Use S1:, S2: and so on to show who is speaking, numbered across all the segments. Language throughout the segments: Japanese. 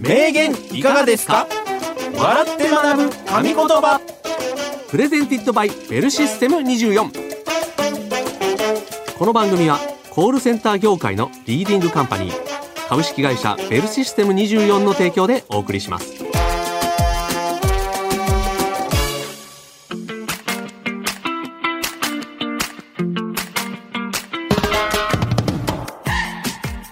S1: 名言いかがですか笑って学ぶ神言葉
S2: プレゼンティッドバイベルシステム24この番組はコールセンター業界のリーディングカンパニー株式会社ベルシステム24の提供でお送りします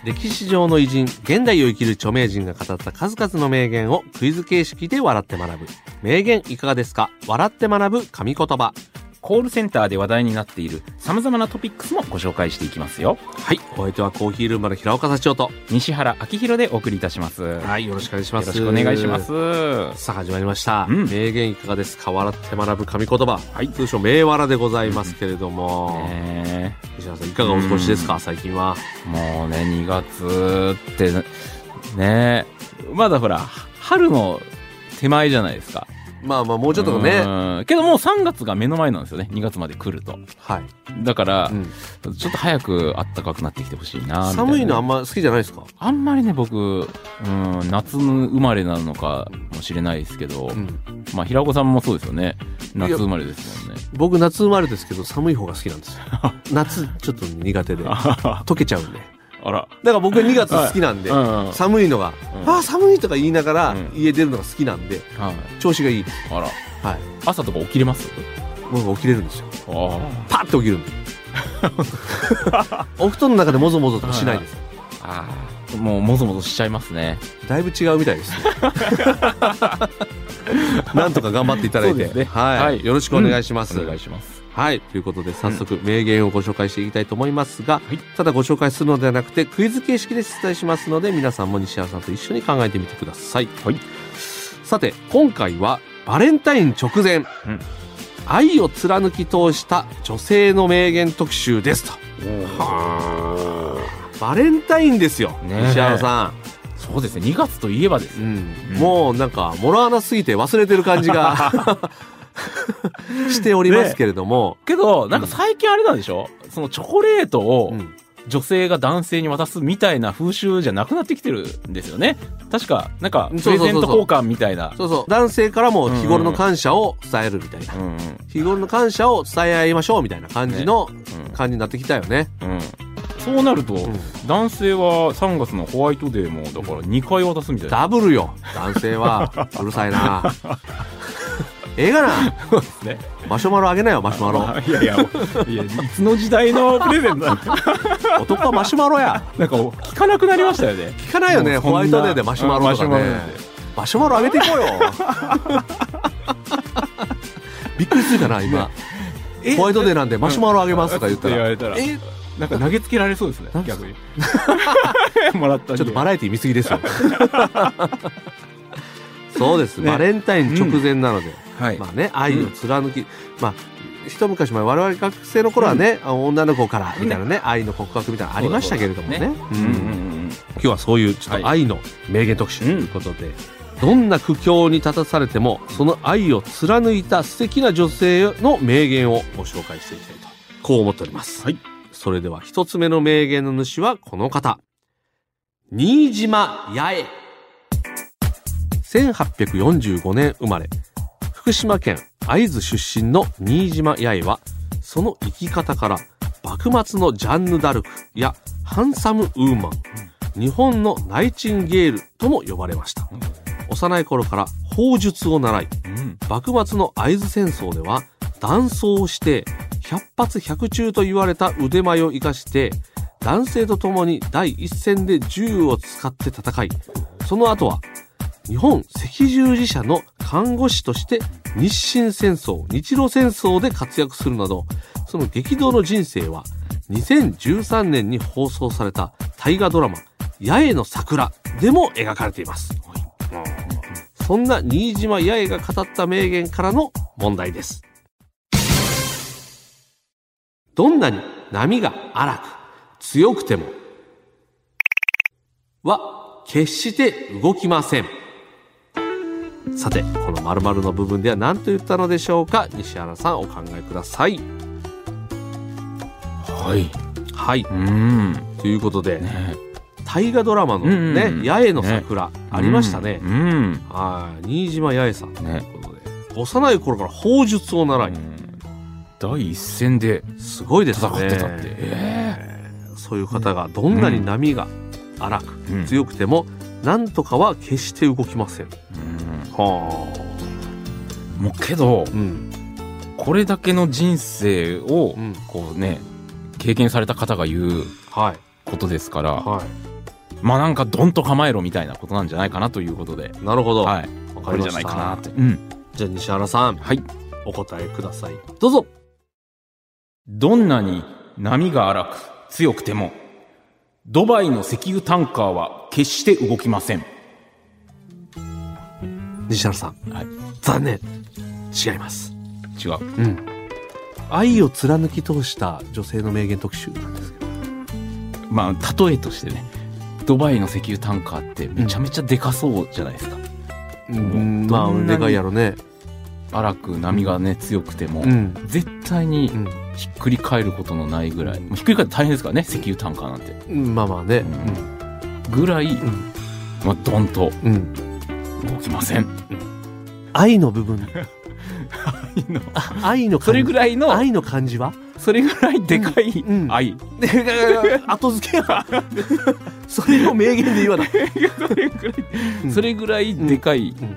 S2: 歴史上の偉人、現代を生きる著名人が語った数々の名言をクイズ形式で笑って学ぶ。名言いかがですか笑って学ぶ神言葉。
S3: コールセンターで話題になっている様々なトピックスもご紹介していきますよ。
S2: はい。お相手はコーヒールームの平岡社長と。
S3: 西原明宏でお送りいたします。よ
S2: はい。よろしくお願いしま
S3: ろ
S2: す。
S3: しくお願いします。。
S2: さあ始まりました。
S3: うん
S2: 名言いかがですか笑って学ぶ神言葉。
S3: はい
S2: 通称名笑でございますけれども。
S3: ね
S2: 西原さん、いかがお過ごしですか、最近は。
S3: えもうね、2月って、ねえまだほら、春の手前じゃないですか。
S2: まあまあ、もうちょっとね。
S3: ね。けどもう3月が目の前なんですよね。2月まで来ると。
S2: はい。
S3: だから
S2: う、ん
S3: ちょっと早く暖かくなってきてほしいなみたいな
S2: 寒いのあんま好きじゃないですか
S3: あんまりね、僕、うん、夏生まれなのかもしれないですけど、
S2: うん。
S3: まあ、平子さんもそうですよね。
S2: や
S3: 夏生まれですもんね。
S2: 僕、夏生まれですけど、寒い方が好きなんです よ。夏、ちょっと苦 手で。
S3: あ
S2: 溶けちゃうんで。だか
S3: ら。
S2: ら僕は2月好きなんで、
S3: うんうん
S2: 寒いのが、
S3: うん
S2: ああ、寒いとか言いながら、
S3: うん
S2: 家出るのが好きなんで、
S3: はい。
S2: 調子がいい。
S3: あら。
S2: はい。
S3: 朝とか起きれます
S2: 僕は起きれるんですよ。
S3: ああ。
S2: パッと起き るんで。お布団の中でもぞもぞとかしないです。
S3: ああ。もう、もぞもぞしちゃいますね。
S2: だいぶ違うみたい ですね。なんとか頑張っていただい
S3: そう
S2: て、
S3: ですね
S2: はい、
S3: はい
S2: よろしくお願いします。
S3: お願いします。
S2: はい。ということで、早速、名言をご紹介していきたいと思いますが、
S3: い
S2: ただご紹介するのではなくて、クイズ形式で出題しますので、皆さんも西原さんと一緒に考えてみてください。
S3: はい
S2: さて、今回は、バレンタイン直前、
S3: うん
S2: 愛を貫き通した女性の名言特集ですと。バレンタインですよ、
S3: ねえ
S2: 西原さ
S3: そうですね。2月といえばです
S2: ん。うん。
S3: ね。うん
S2: もう、なんか、もろ穴すぎて忘れてる感じ が、しておりますけれども、
S3: けど、なんか最近あれなんでしょ、そのチョコレートを
S2: うん
S3: 女性が男性に渡すみたいな風習じゃなくなってきてるんですよね。確か、なんか、プ
S2: そうそう
S3: レ
S2: そうそう
S3: ゼント交換みたいな。
S2: そうそう。男性からも日頃の感謝を伝えるみたいな。
S3: うん
S2: 日頃の感謝を伝え合いましょうみたいな感じの感じになってきたよね。
S3: うん。うん。そうなると、
S2: ん
S3: 男性は3月のホワイトデーも、だから2回渡すみたいな。
S2: ダブルよ。男性は。うるさいな。ええがな。
S3: ですね。
S2: マシュマロあげなよ、マシュマロ。
S3: いやいや、いや、いつの時代のプレゼントなん か、
S2: 男はマシュマロや。
S3: なんか聞かなくなりましたよね。
S2: 聞かないよね、
S3: もうそ
S2: ホ
S3: んな
S2: ワイトデーでマシュマロとか
S3: うんマシュマロ
S2: ね
S3: なん
S2: マ
S3: で。
S2: シュマロあげていこうよ。 びっくりするかな、今。ホワイトデーなんでマシュマロあげますとか言った
S3: うん
S2: ら。
S3: って言われたら
S2: え
S3: なんか投げつけられそうですね
S2: なん、す
S3: 逆に。 もらったん
S2: ち
S3: で
S2: ょっとバラエティ見過ぎ ですよ。そうです、
S3: ね
S2: バレンタイン直前なので、
S3: はい。
S2: まあね、愛を貫き、まあ、一昔前、我々学生の頃はね、あの女の子からみたいなね、愛の告白みたいなのありましたけれどもね。
S3: う
S2: うんん
S3: うん
S2: 今日はそういうちょっと愛の名言特集と
S3: はい
S2: いうことで、どんな苦境に立たされても、その愛を貫いた素敵な女性の名言をご紹介していきたいと、こう思っております。
S3: はい
S2: それでは一つ目の名言の主はこの方。新島八重。1845年生まれ、福島県会津出身の新島八重は、その生き方から、幕末のジャンヌ・ダルクやハンサム・ウーマン、日本のナイチンゲールとも呼ばれました。幼い頃から砲術を習い、
S3: うん。
S2: 幕末の会津戦争では断層をして百発百中と言われた腕前を生かして男性と共に第一線で銃を使って戦いその後は日本赤十字社の看護師として日清戦争日露戦争で活躍するなどその激動の人生は2013年に放送された大河ドラマ「八重の桜」でも描かれています。そんな新島八重が語った名言からの問題です。どんなに波が荒く強くてもは決して動きません。さて、この〇〇の部分では何と言ったのでしょうか西原さんお考えください。
S3: はい。
S2: はい。
S3: うん。
S2: ということで、
S3: ね
S2: 大河ドラマの
S3: うん
S2: ね、
S3: うんうん
S2: 八重の桜、ありましたね。
S3: うん。
S2: はい、新島八重さんとい
S3: ね
S2: うことで、幼い頃から砲術を習い、
S3: うん第一線で。
S2: すごいですね。
S3: 戦ってたって
S2: えーそういう方がどんなに波が荒く、
S3: うん
S2: 強くても、なんとかは決して動きません。
S3: うん
S2: はあ。
S3: もうけど、
S2: うん。
S3: これだけの人生を
S2: うん、
S3: こうね、経験された方が言う
S2: はい。
S3: ことですから、
S2: は
S3: まあなんかドンと構えろみたいなことなんじゃないかなということで、
S2: い。なるほど。
S3: はい。
S2: わ
S3: こ
S2: か
S3: れ
S2: り
S3: じゃ
S2: ま
S3: な
S2: し
S3: い
S2: た。
S3: かなって。うん。
S2: じゃあ西原さん、
S3: はい。
S2: お答えください。どうぞ。
S3: どんなに波が荒く強くても、ドバイの石油タンカーは決して動きません。
S2: 西原さん、
S3: はい。
S2: 残念。違います。
S3: 違う。
S2: うん。愛を貫き通した女性の名言特集なんですけど。
S3: まあ、例えとしてね、ドバイの石油タンカーってめちゃめちゃでかそうじゃないですか。
S2: うん、ま
S3: ど
S2: あ、
S3: んな
S2: で
S3: に
S2: かいやろね。
S3: 荒く波がね、強くても、
S2: うん。
S3: 絶対に
S2: うん
S3: ひっくり返ることのないぐらい、もうひっくり返って大変ですからね、石油タンカーなんて。
S2: うん。まあまあね。
S3: ぐらい、
S2: ん
S3: まあ、ドンと
S2: うん。うん。
S3: 動きません。
S2: 愛の部 分。愛の感じ。
S3: それぐらいの、
S2: 愛の感じは
S3: それぐらいでかい
S2: うんうん
S3: 愛。
S2: 後付けは それを名言で言わない。
S3: それぐらい、
S2: うん
S3: それぐらいでかい、
S2: うん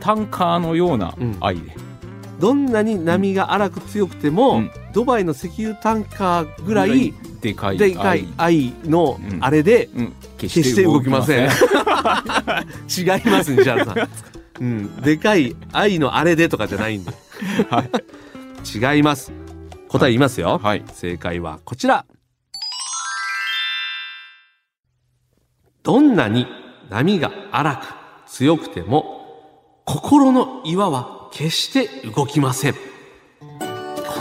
S3: タンカーのような
S2: うん
S3: 愛で。
S2: どんなに波が荒く強くても、
S3: うん
S2: ドバイの石油タンカーぐらい、
S3: でかい
S2: でかい
S3: 愛
S2: 愛の
S3: うん
S2: あれで、
S3: うん、決
S2: 決して動きません。
S3: 動 き
S2: 違います、西原さん。うん、でかい愛のあれでとかじゃないんで。
S3: は
S2: 違います。答え言いますよ。
S3: はい。
S2: 正解はこちら。どんなに波が荒く強くても、心の岩は決して動きません。こ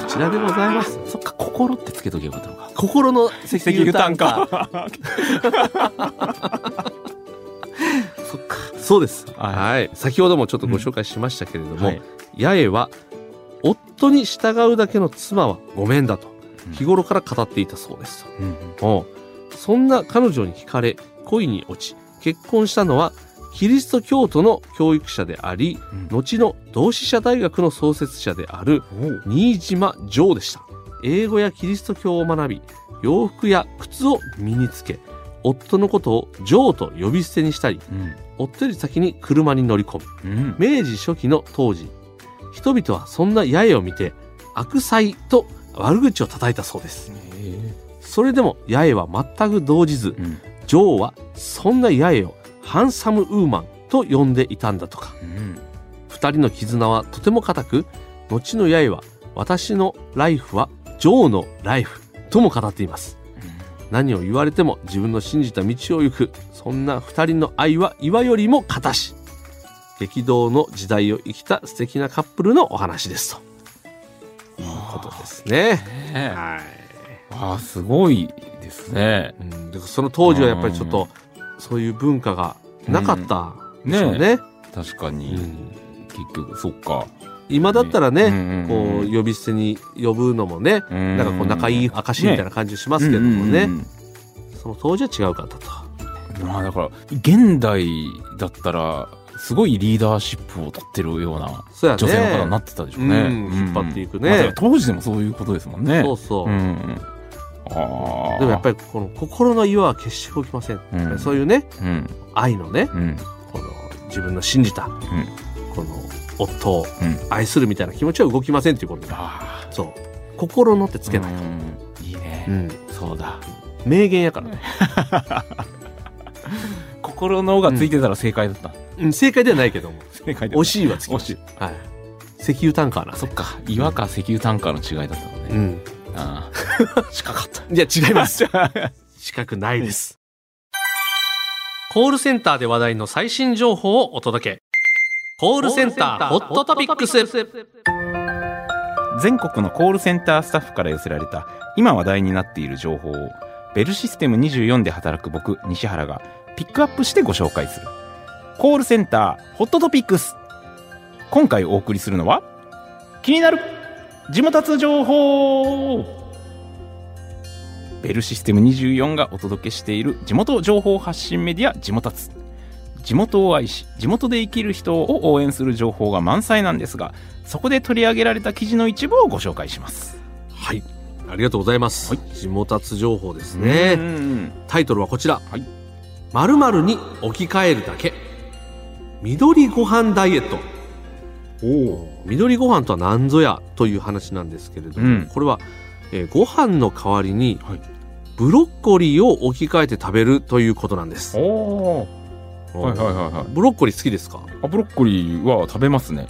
S2: ちらでございます。
S3: そっか、心ってつけとけばよかったのか。
S2: 心の石油単価。
S3: カー。
S2: そっか。そうです。
S3: はい
S2: はい。先ほどもちょっとご紹介しましたけれども、
S3: はい
S2: 八重は夫に従うだけの妻はごめんだと
S3: うん
S2: 日頃から語っていたそうです。
S3: うん
S2: おそんな彼女に惹かれ恋に落ち結婚したのはキリスト教徒の教育者であり、
S3: うん
S2: 後の同志社大学の創設者である新島ジョーでした英語やキリスト教を学び洋服や靴を身につけ夫のことをジョーと呼び捨てにしたり
S3: うん
S2: 夫より先に車に乗り込む
S3: うん
S2: 明治初期の当時人々はそんな八重を見て悪妻と悪口を叩いたそうですそれでも八重は全く動じず
S3: うん
S2: 女王はそんな八重をハンサムウーマンと呼んでいたんだとか
S3: うん
S2: 二人の絆はとても固く後の八重は私のライフは女王のライフとも語っています何を言われても自分の信じた道を行くそんな二人の愛は岩よりも固し激動の時代を生きた素敵なカップルのお話ですということですね。
S3: ねえ
S2: はい
S3: あーすごいですね。
S2: うん、でその当時はやっぱりちょっとそういう文化がなかった
S3: うん
S2: でしょう
S3: ね
S2: ね。
S3: 確か
S2: う
S3: に、
S2: ん
S3: 結局、そっか。
S2: 今だったらね、
S3: うん
S2: こう呼び捨てに呼ぶのもね、
S3: うん
S2: なんかこう仲いい証みたいな感じしますけどもね、
S3: うんうん
S2: その当時は違うかったと。
S3: うんまあだから、現代だったら、すごいリーダーシップを取ってるような
S2: そうやね。
S3: 女性の方になってたでしょうね。
S2: うん引っ張っていくね
S3: まあ当時でもそういうことですもんね。
S2: そうそう。
S3: うんうんああ。
S2: でもやっぱりこの心の岩は決して動きません。
S3: うん
S2: そういうね、
S3: り、うん、
S2: 愛のね、
S3: うん、
S2: この自分の信じた、この夫を
S3: うん。
S2: 愛するみたいな気持ちは動きませんということだ。
S3: ああ。
S2: そう。心のってつけない。
S3: うんいいね、
S2: うん。
S3: そうだ。
S2: 名言やからね。
S3: 心のがついてたら正解だった。
S2: うん、正解ではないけども。
S3: 正解だ
S2: 惜しいはつき
S3: 惜
S2: ま
S3: し
S2: す
S3: い。。
S2: はい。石油単価な。
S3: そっか。岩か石油単価の違いだったの
S2: う
S3: ね。
S2: ん。
S3: ああ。 近かった。
S2: いや、 違い ます。近くないです。コールセンターで話題の最新情報をお届け。コールセンターホットトピックス。
S3: 全国のコールセンタースタッフから寄せられた今話題になっている情報をベルシステム24で働く僕西原がピックアップしてご紹介するコールセンターホットトピックス今回お送りするのは気になる地元発情報ベルシステム24がお届けしている地元情報発信メディア地元つ地元を愛し地元で生きる人を応援する情報が満載なんですがそこで取り上げられた記事の一部をご紹介します
S2: はいありがとうございます、地元達情報ですね、
S3: うんうん
S2: タイトルはこちら
S3: はい
S2: 「〇〇に置き換えるだけ」緑ご飯ダイエット緑ご飯とは何ぞやという話なんですけれども、
S3: うん
S2: これは、えーご飯の代わりに
S3: はい
S2: ブロッコリーを置き換えて食べるということなんです、
S3: おおはいはいはいはい
S2: ブロッコリー好きですか
S3: あブロッコリーは食べますね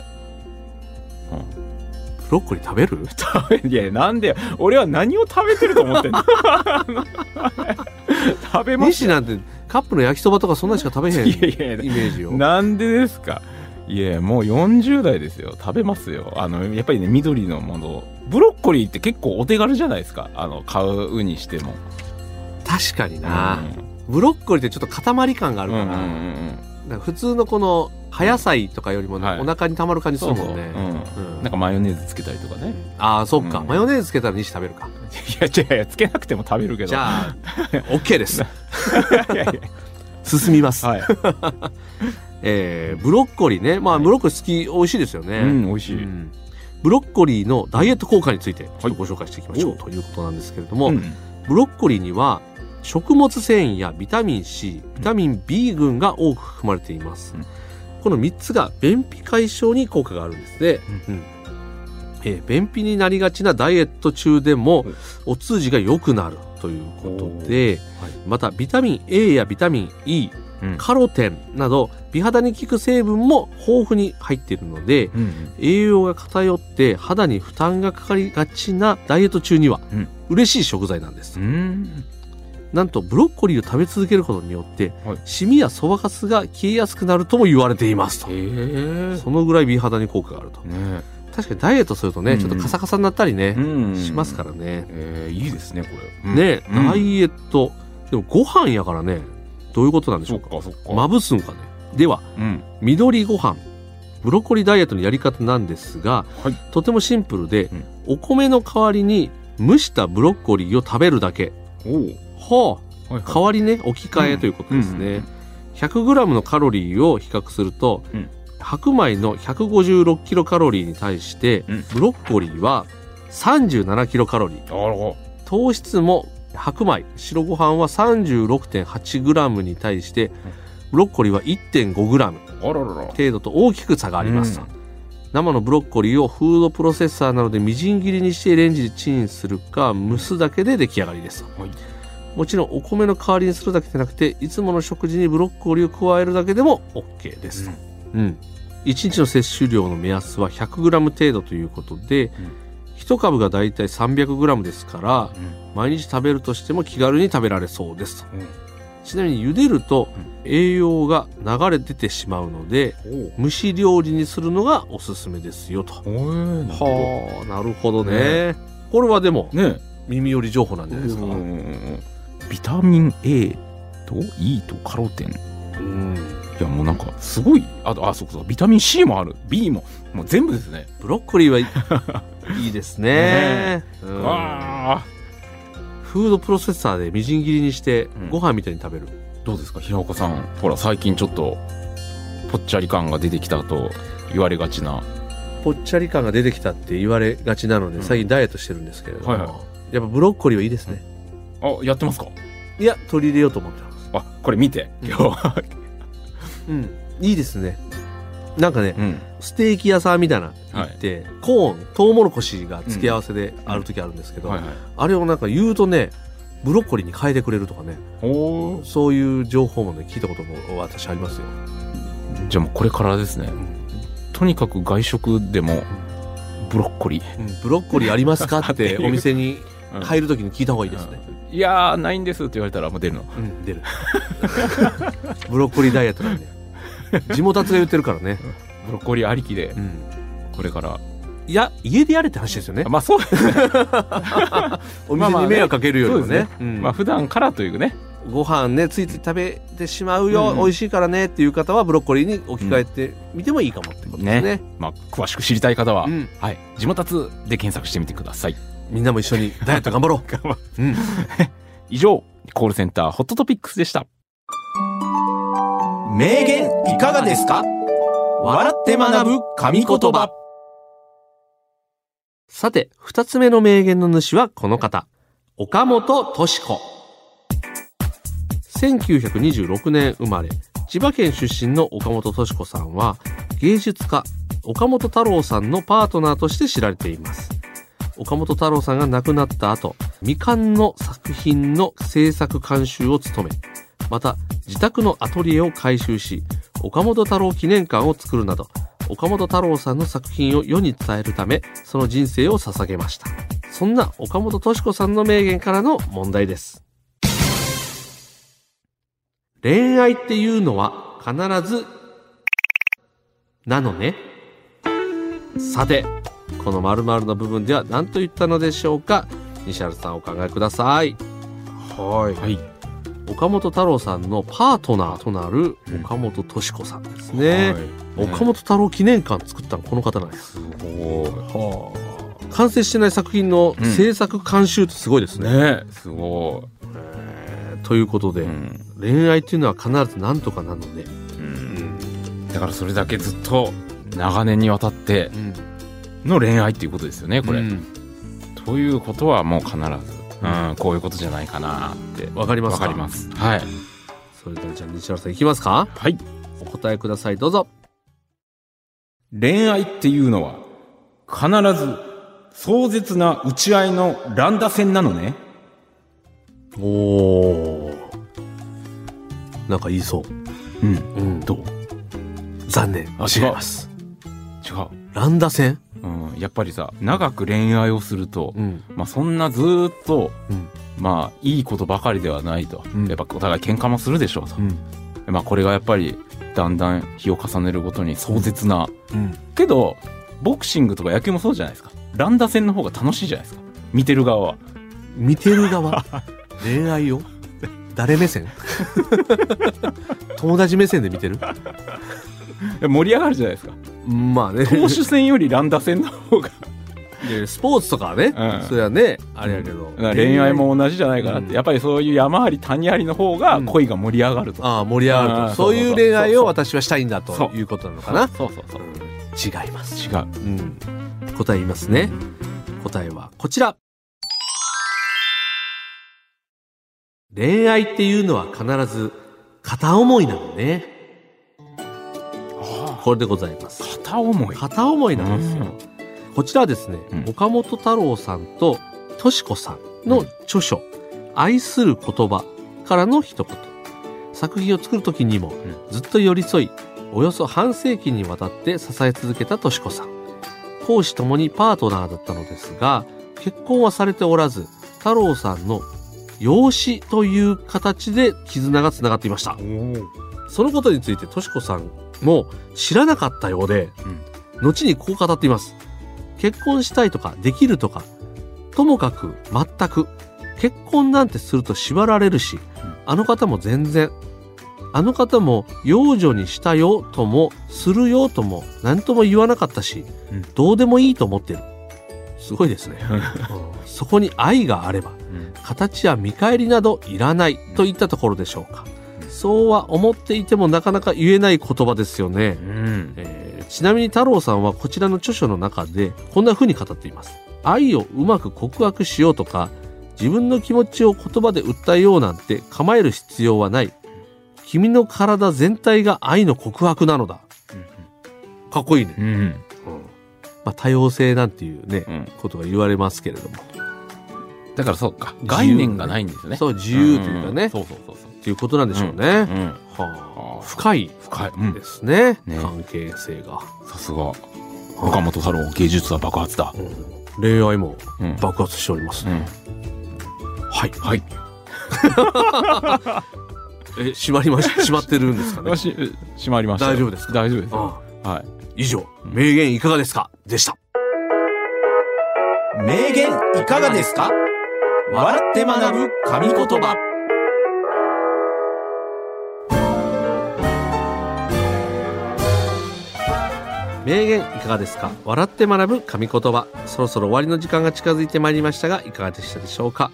S2: ブロッコリー食べる
S3: いやなんで俺は何を食べてると思ってんの 食べます
S2: 西なんてカップの焼きそばとかそんなんしか食べへんイ
S3: い
S2: メ
S3: やいや
S2: ージよ
S3: なんでですかいやもう40代ですよ食べますよあのやっぱりね緑のものブロッコリーって結構お手軽じゃないですかあの買うにしても
S2: 確かにな、ブロッコリーってちょっと塊感があ
S3: う
S2: る
S3: んうん
S2: か
S3: うん
S2: ら、
S3: うん
S2: なんか普通のこの葉野菜とかよりもね、
S3: はい
S2: お腹にたまる感じす
S3: そう
S2: る
S3: そ
S2: も
S3: う、
S2: んね
S3: う
S2: うん
S3: ん、なんかマヨネーズつけたりとかね
S2: ああそっか、
S3: うん
S2: マヨネーズつけたら西食べるか
S3: いやいやいやつけなくても食べるけど
S2: じゃ あ OK です
S3: い やい
S2: 進みます、
S3: やはい、
S2: えーブロッコリーねまあブロッコリー好き美味しいですよね、
S3: うん美味し
S2: う
S3: い、
S2: んブロッコリーのダイエット効果についてちょっとご紹介していきましょう、
S3: お
S2: ということなんですけれども、
S3: うん
S2: ブロッコリーには食物繊維やビタミン C ビタミン B 群が多く含まれています、
S3: うん
S2: この3つが便秘解消に効果があるんですね、うんえー便秘になりがちなダイエット中でも
S3: うん
S2: お通じが良くなるということで、
S3: おーはい
S2: またビタミン A やビタミン E
S3: うん
S2: カロテンなど美肌に効く成分も豊富に入っているので
S3: うんうん
S2: 栄養が偏って肌に負担がかかりがちなダイエット中には
S3: うん
S2: 嬉しい食材なんです、
S3: うん
S2: なんとブロッコリーを食べ続けることによって、
S3: はい
S2: シミやそばかすが消えやすくなるとも言われていますと
S3: へえ
S2: そのぐらい美肌に効果があると
S3: ね
S2: 確かにダイエットするとね、
S3: うん
S2: ちょっとカサカサになったりね、
S3: うん
S2: しますかららね、
S3: えー、いいですねこれ、うん
S2: ね、
S3: うん
S2: ダイエットでもご飯やからねどういうことなんでしょ
S3: そっ
S2: うか
S3: かそっか
S2: まぶすんかねでは
S3: うん
S2: 緑ご飯ブロッコリーダイエットのやり方なんですが、
S3: はい
S2: とてもシンプルで、
S3: うん
S2: お米の代わりに蒸したブロッコリーを食べるだけ
S3: おお
S2: はあ
S3: はいはい
S2: 代わりね置き換えということです
S3: うんうんうんう
S2: ね
S3: ん
S2: 100g のカロリーを比較すると、
S3: うん
S2: 白米の 156kcal に対して、
S3: うん
S2: ブロッコリーは 37kcal
S3: あら
S2: 糖質も白米白ご飯は 36.8g に対してブロッコリーは 1.5g
S3: あららら
S2: 程度と大きく差がありますと、
S3: うん
S2: 生のブロッコリーをフードプロセッサーなどでみじん切りにしてレンジでチンするか蒸すだけで出来上がりですと、
S3: はい
S2: もちろんお米の代わりにするだけじゃなくていつもの食事にブロッコリーを加えるだけでも OK ですと、うん1日の摂取量の目安は 100g 程度ということで、1株がだいたい 300g ですから
S3: うん
S2: 毎日食べるとしても気軽に食べられそうですと
S3: うん
S2: ちなみに茹でると栄養が流れ出てしまうので蒸し料理にするのがおすすめですよと。
S3: おおえ
S2: はあなるほどね。これはでも
S3: ね
S2: 耳寄り情報なんじゃないですか。うん
S3: えビタミン A と E とカロテンいやもうなんかすごいあとあそうかそうかビタミン C もある B ももう全部ですね
S2: ブロッコリーはいいいです ね
S3: ね。
S2: うん
S3: わあ
S2: フードプロセッサーでみじん切りにして
S3: うん
S2: ご飯みたいに食べる。
S3: どうですか平岡さんほら最近ちょっとぽっちゃり感が出てきたと言われがちな
S2: ぽっちゃり感が出てきたって言われがちなの
S3: う
S2: で
S3: ん
S2: 最近ダイエットしてるんですけれども、
S3: はいは
S2: やっぱブロッコリーはいいですね。
S3: あやってますか
S2: いや取り入れようと思ってます。
S3: あこれ見て今日
S2: うんいいですね。なんかね、
S3: うん
S2: ステーキ屋さんみたいなの行って、コーントウモロコシが付け合わせである時あるんですけど、
S3: はいはい
S2: あれをなんか言うとねブロッコリーに変えてくれるとかね
S3: おー
S2: そういう情報もね聞いたことも私ありますよ、
S3: じゃあもうこれからですねとにかく外食でもブロッコリー
S2: うんブロッコリーありますか
S3: あ
S2: っ
S3: って
S2: て
S3: いう
S2: お店に
S3: うん
S2: 入る時に聞いた方がいいですね、
S3: いやーないんですって言われたらもう出るの
S2: うん出る ブロッコリーダイエットなんで地元達が言ってるからね、
S3: ブロッコリーありきで
S2: うん
S3: これから
S2: いや家でやれって話ですよね
S3: あまあそうですね
S2: お店に迷惑かけるよりもね
S3: ま
S2: うん
S3: まあ普段からというね
S2: ご飯ねついつい食べてしまうよ、
S3: うん
S2: 美味しいからねっていう方はブロッコリーに置き換えてみてもいいかもってことですね
S3: まあ詳しく知りたい方は
S2: うん
S3: はい地元つで検索してみてください
S2: みんなも一緒にダイエット頑張ろううん
S3: 以上コールセンターホットトピックスでした
S1: 名言いかがですか笑って学ぶ神言葉
S2: さて、二つ目の名言の主はこの方。岡本敏子。1926年生まれ、千葉県出身の岡本敏子さんは、芸術家、岡本太郎さんのパートナーとして知られています。岡本太郎さんが亡くなった後、未完の作品の制作監修を務め、また自宅のアトリエを改修し、岡本太郎記念館を作るなど、岡本太郎さんの作品を世に伝えるためその人生を捧げましたそんな岡本敏子さんの名言からの問題です恋愛っていうのは必ずなのねさてこの〇〇の部分では何と言ったのでしょうか西原さんお考えください
S1: はい
S3: い
S2: 岡本太郎さんのパートナーとなる岡本敏子さんですね、岡本太郎記念館作ったのこの方なんです
S3: すごい
S1: は
S2: 完成してない作品の制作監修ってすごいですね。
S3: ねすご
S2: ということで、
S3: い、うん
S2: 恋愛っていうのは必ず何とかなので、
S3: だからそれだけずっと長年にわたっての恋愛っていうことですよねこれ、
S2: うん
S3: ということはもう必ず、うん、こういうことじゃないかなって
S2: わかります
S3: わ
S2: か
S3: かりますはい
S2: それではじゃあ西原さんいきますか
S3: はい
S2: お答えくださいどうぞ
S3: 恋愛っていうのは必ず壮絶な打ち合いの乱打戦なのね
S2: おなんか言いそう、
S3: うん違
S2: うん、どう残念
S3: あ
S2: 違います
S3: う、
S2: ランダ戦、
S3: うん、やっぱりさ長く恋愛をすると、
S2: ん、
S3: まあ、そんなずーっと、
S2: うん
S3: まあいいことばかりではないと、
S2: うん
S3: やっぱお互い喧嘩もするでしょうと、
S2: うん
S3: まあ、これがやっぱりだんだん日を重ねるごとに壮絶な、
S2: うん
S3: けどボクシングとか野球もそうじゃないですか乱打戦の方が楽しいじゃないですか見てる側は
S2: 見てる 側恋愛を誰目線 友達目線で見てる
S3: 盛り上がるじゃないですか
S2: まあ ね
S3: 投手戦より乱打戦の方が
S2: でスポーツとかはね、
S3: うん
S2: それはねあれやけど、
S3: 恋愛も同じじゃないかなって、
S2: うん
S3: やっぱりそういう山あり谷ありの方が恋が盛り上がると、
S2: ああ盛り上がる
S3: あ
S2: と
S3: ーそ
S2: そうう
S3: そうそう
S2: いう恋愛を私はしたいんだ
S3: そ
S2: と
S3: う
S2: いうことなのかな
S3: そうそうそう
S2: 違います、
S3: 違う
S2: うん、答え言いますね答えはこちら恋愛っていうのは必ず片思いなのね
S3: あ
S2: これでございま
S3: あ
S2: す
S3: 片思い
S2: 片思いなんですよ、こちらはですね、
S3: うん
S2: 岡本太郎さんととし子さんの著書、愛する言葉からの一言。作品を作る時にも
S3: ん
S2: ずっと寄り添い、およそ半世紀にわたって支え続けたとし子さん。公私ともにパートナーだったのですが、結婚はされておらず、太郎さんの養子という形で絆がつながっていました。そのことについてとしこさんも知らなかったようで、後にこう語っています。結婚したいとかできるとか、ともかく全く、結婚なんてすると縛られるし、あの方も全然、あの方も養女にしたよとも、するよとも、何とも言わなかったし、
S3: うん
S2: どうでもいいと思ってる。すごい ですね。うんそこに愛があれば、
S3: うん
S2: 形や見返りなどいらないといったところでしょうか。そうは思っていてもなかなか言えない言葉ですよね。
S3: うん
S2: えーちなみに太郎さんはこちらの著書の中でこんな風に語っています。愛をうまく告白しようとか、自分の気持ちを言葉で訴えようなんて構える必要はない。君の体全体が愛の告白なのだ。かっこいいね。
S3: うん
S2: まあ、多様性なんていうね、
S3: うん
S2: ことが言われますけれども。
S3: だからそうか概念がないんですよね
S2: そう、自由というかね、
S3: ん
S2: っ
S3: そうそうそうそう
S2: ていうことなんでしょうね。
S3: うん
S2: は
S3: あー
S2: あ、深い
S3: 深い、う
S2: で
S3: ん、
S2: すね、
S3: ね
S2: 関係性が。
S3: さすが岡本太郎芸術は爆発だ、
S2: 恋愛も
S3: うん
S2: 爆発しております、
S3: うん、
S2: はい
S3: はい
S2: え閉まりまし閉まってるんですかね
S3: よし閉まりました
S2: 大丈夫ですか
S3: 大丈夫です
S2: あ
S3: はい
S2: あ以上名言いかがですかでした
S1: 名言いかがですか笑って学ぶ神言葉
S2: 名言いかがですか笑って学ぶ神言葉そろそろ終わりの時間が近づいてまいりましたがいかがでしたでしょうか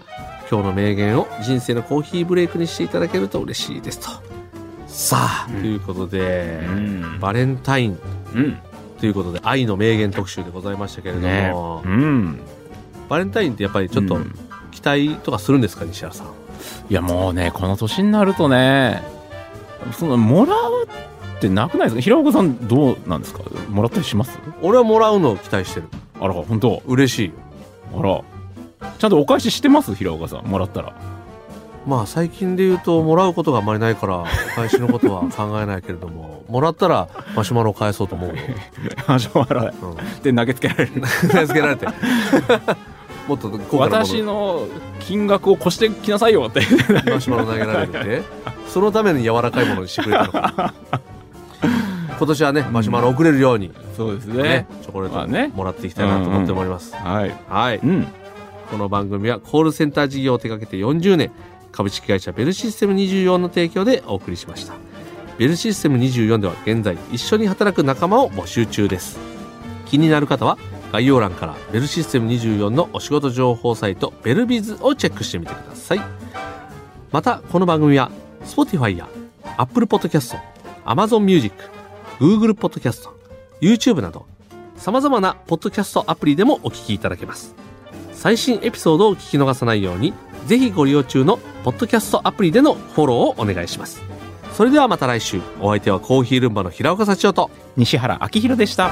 S2: 今日の名言を人生のコーヒーブレイクにしていただけると嬉しいですとさあ、
S3: うん
S2: ということで、
S3: うん
S2: バレンタイン
S3: うん
S2: ということで愛の名言特集でございましたけれど
S3: ね
S2: も、
S3: うん
S2: バレンタインってやっぱりちょっと
S3: うん
S2: 期待とかするんですか西原さん
S3: いやもうねこの年になるとねそのもらうってなくないですか平岡さんどうなんですかもらったりします
S2: 俺はもらうのを期待してる
S3: あら本当
S2: 嬉しいよ
S3: あらちゃんとお返ししてます平岡さんもらったら
S2: まあ最近で言うともらうことがあまりない からお返しのことは考えないけれどももらったらマシュマロを返そうと思うよ、
S3: あじゃあ笑
S2: うん、
S3: いで投げつけられ る
S2: 名付けられて もっと高価なも
S3: 私の金額を越してきなさいよって
S2: のマシュマロ投げられるってそのために柔らかいものにしてくれたのか今年はねマシュマロ送れるように、
S3: そうです
S2: ね、チョコレ
S3: まあ
S2: ー
S3: ね
S2: トもらっていきたいなと思っております、
S3: はい
S2: はい
S3: うん
S2: この番組はコールセンター事業を手掛けて40年株式会社ベルシステム24の提供でお送りしましたベルシステム24では現在一緒に働く仲間を募集中です気になる方は概要欄からベルシステム24のお仕事情報サイトベルビズをチェックしてみてくださいまたこの番組は Spotify や Apple Podcast、Amazon Music、Google Podcast、YouTube など様々なポッドキャストアプリでもお聞きいただけます最新エピソードを聞き逃さないようにぜひご利用中のポッドキャストアプリでのフォローをお願いしますそれではまた来週お相手はコーヒールンバの平岡幸男と
S3: 西原明宏でした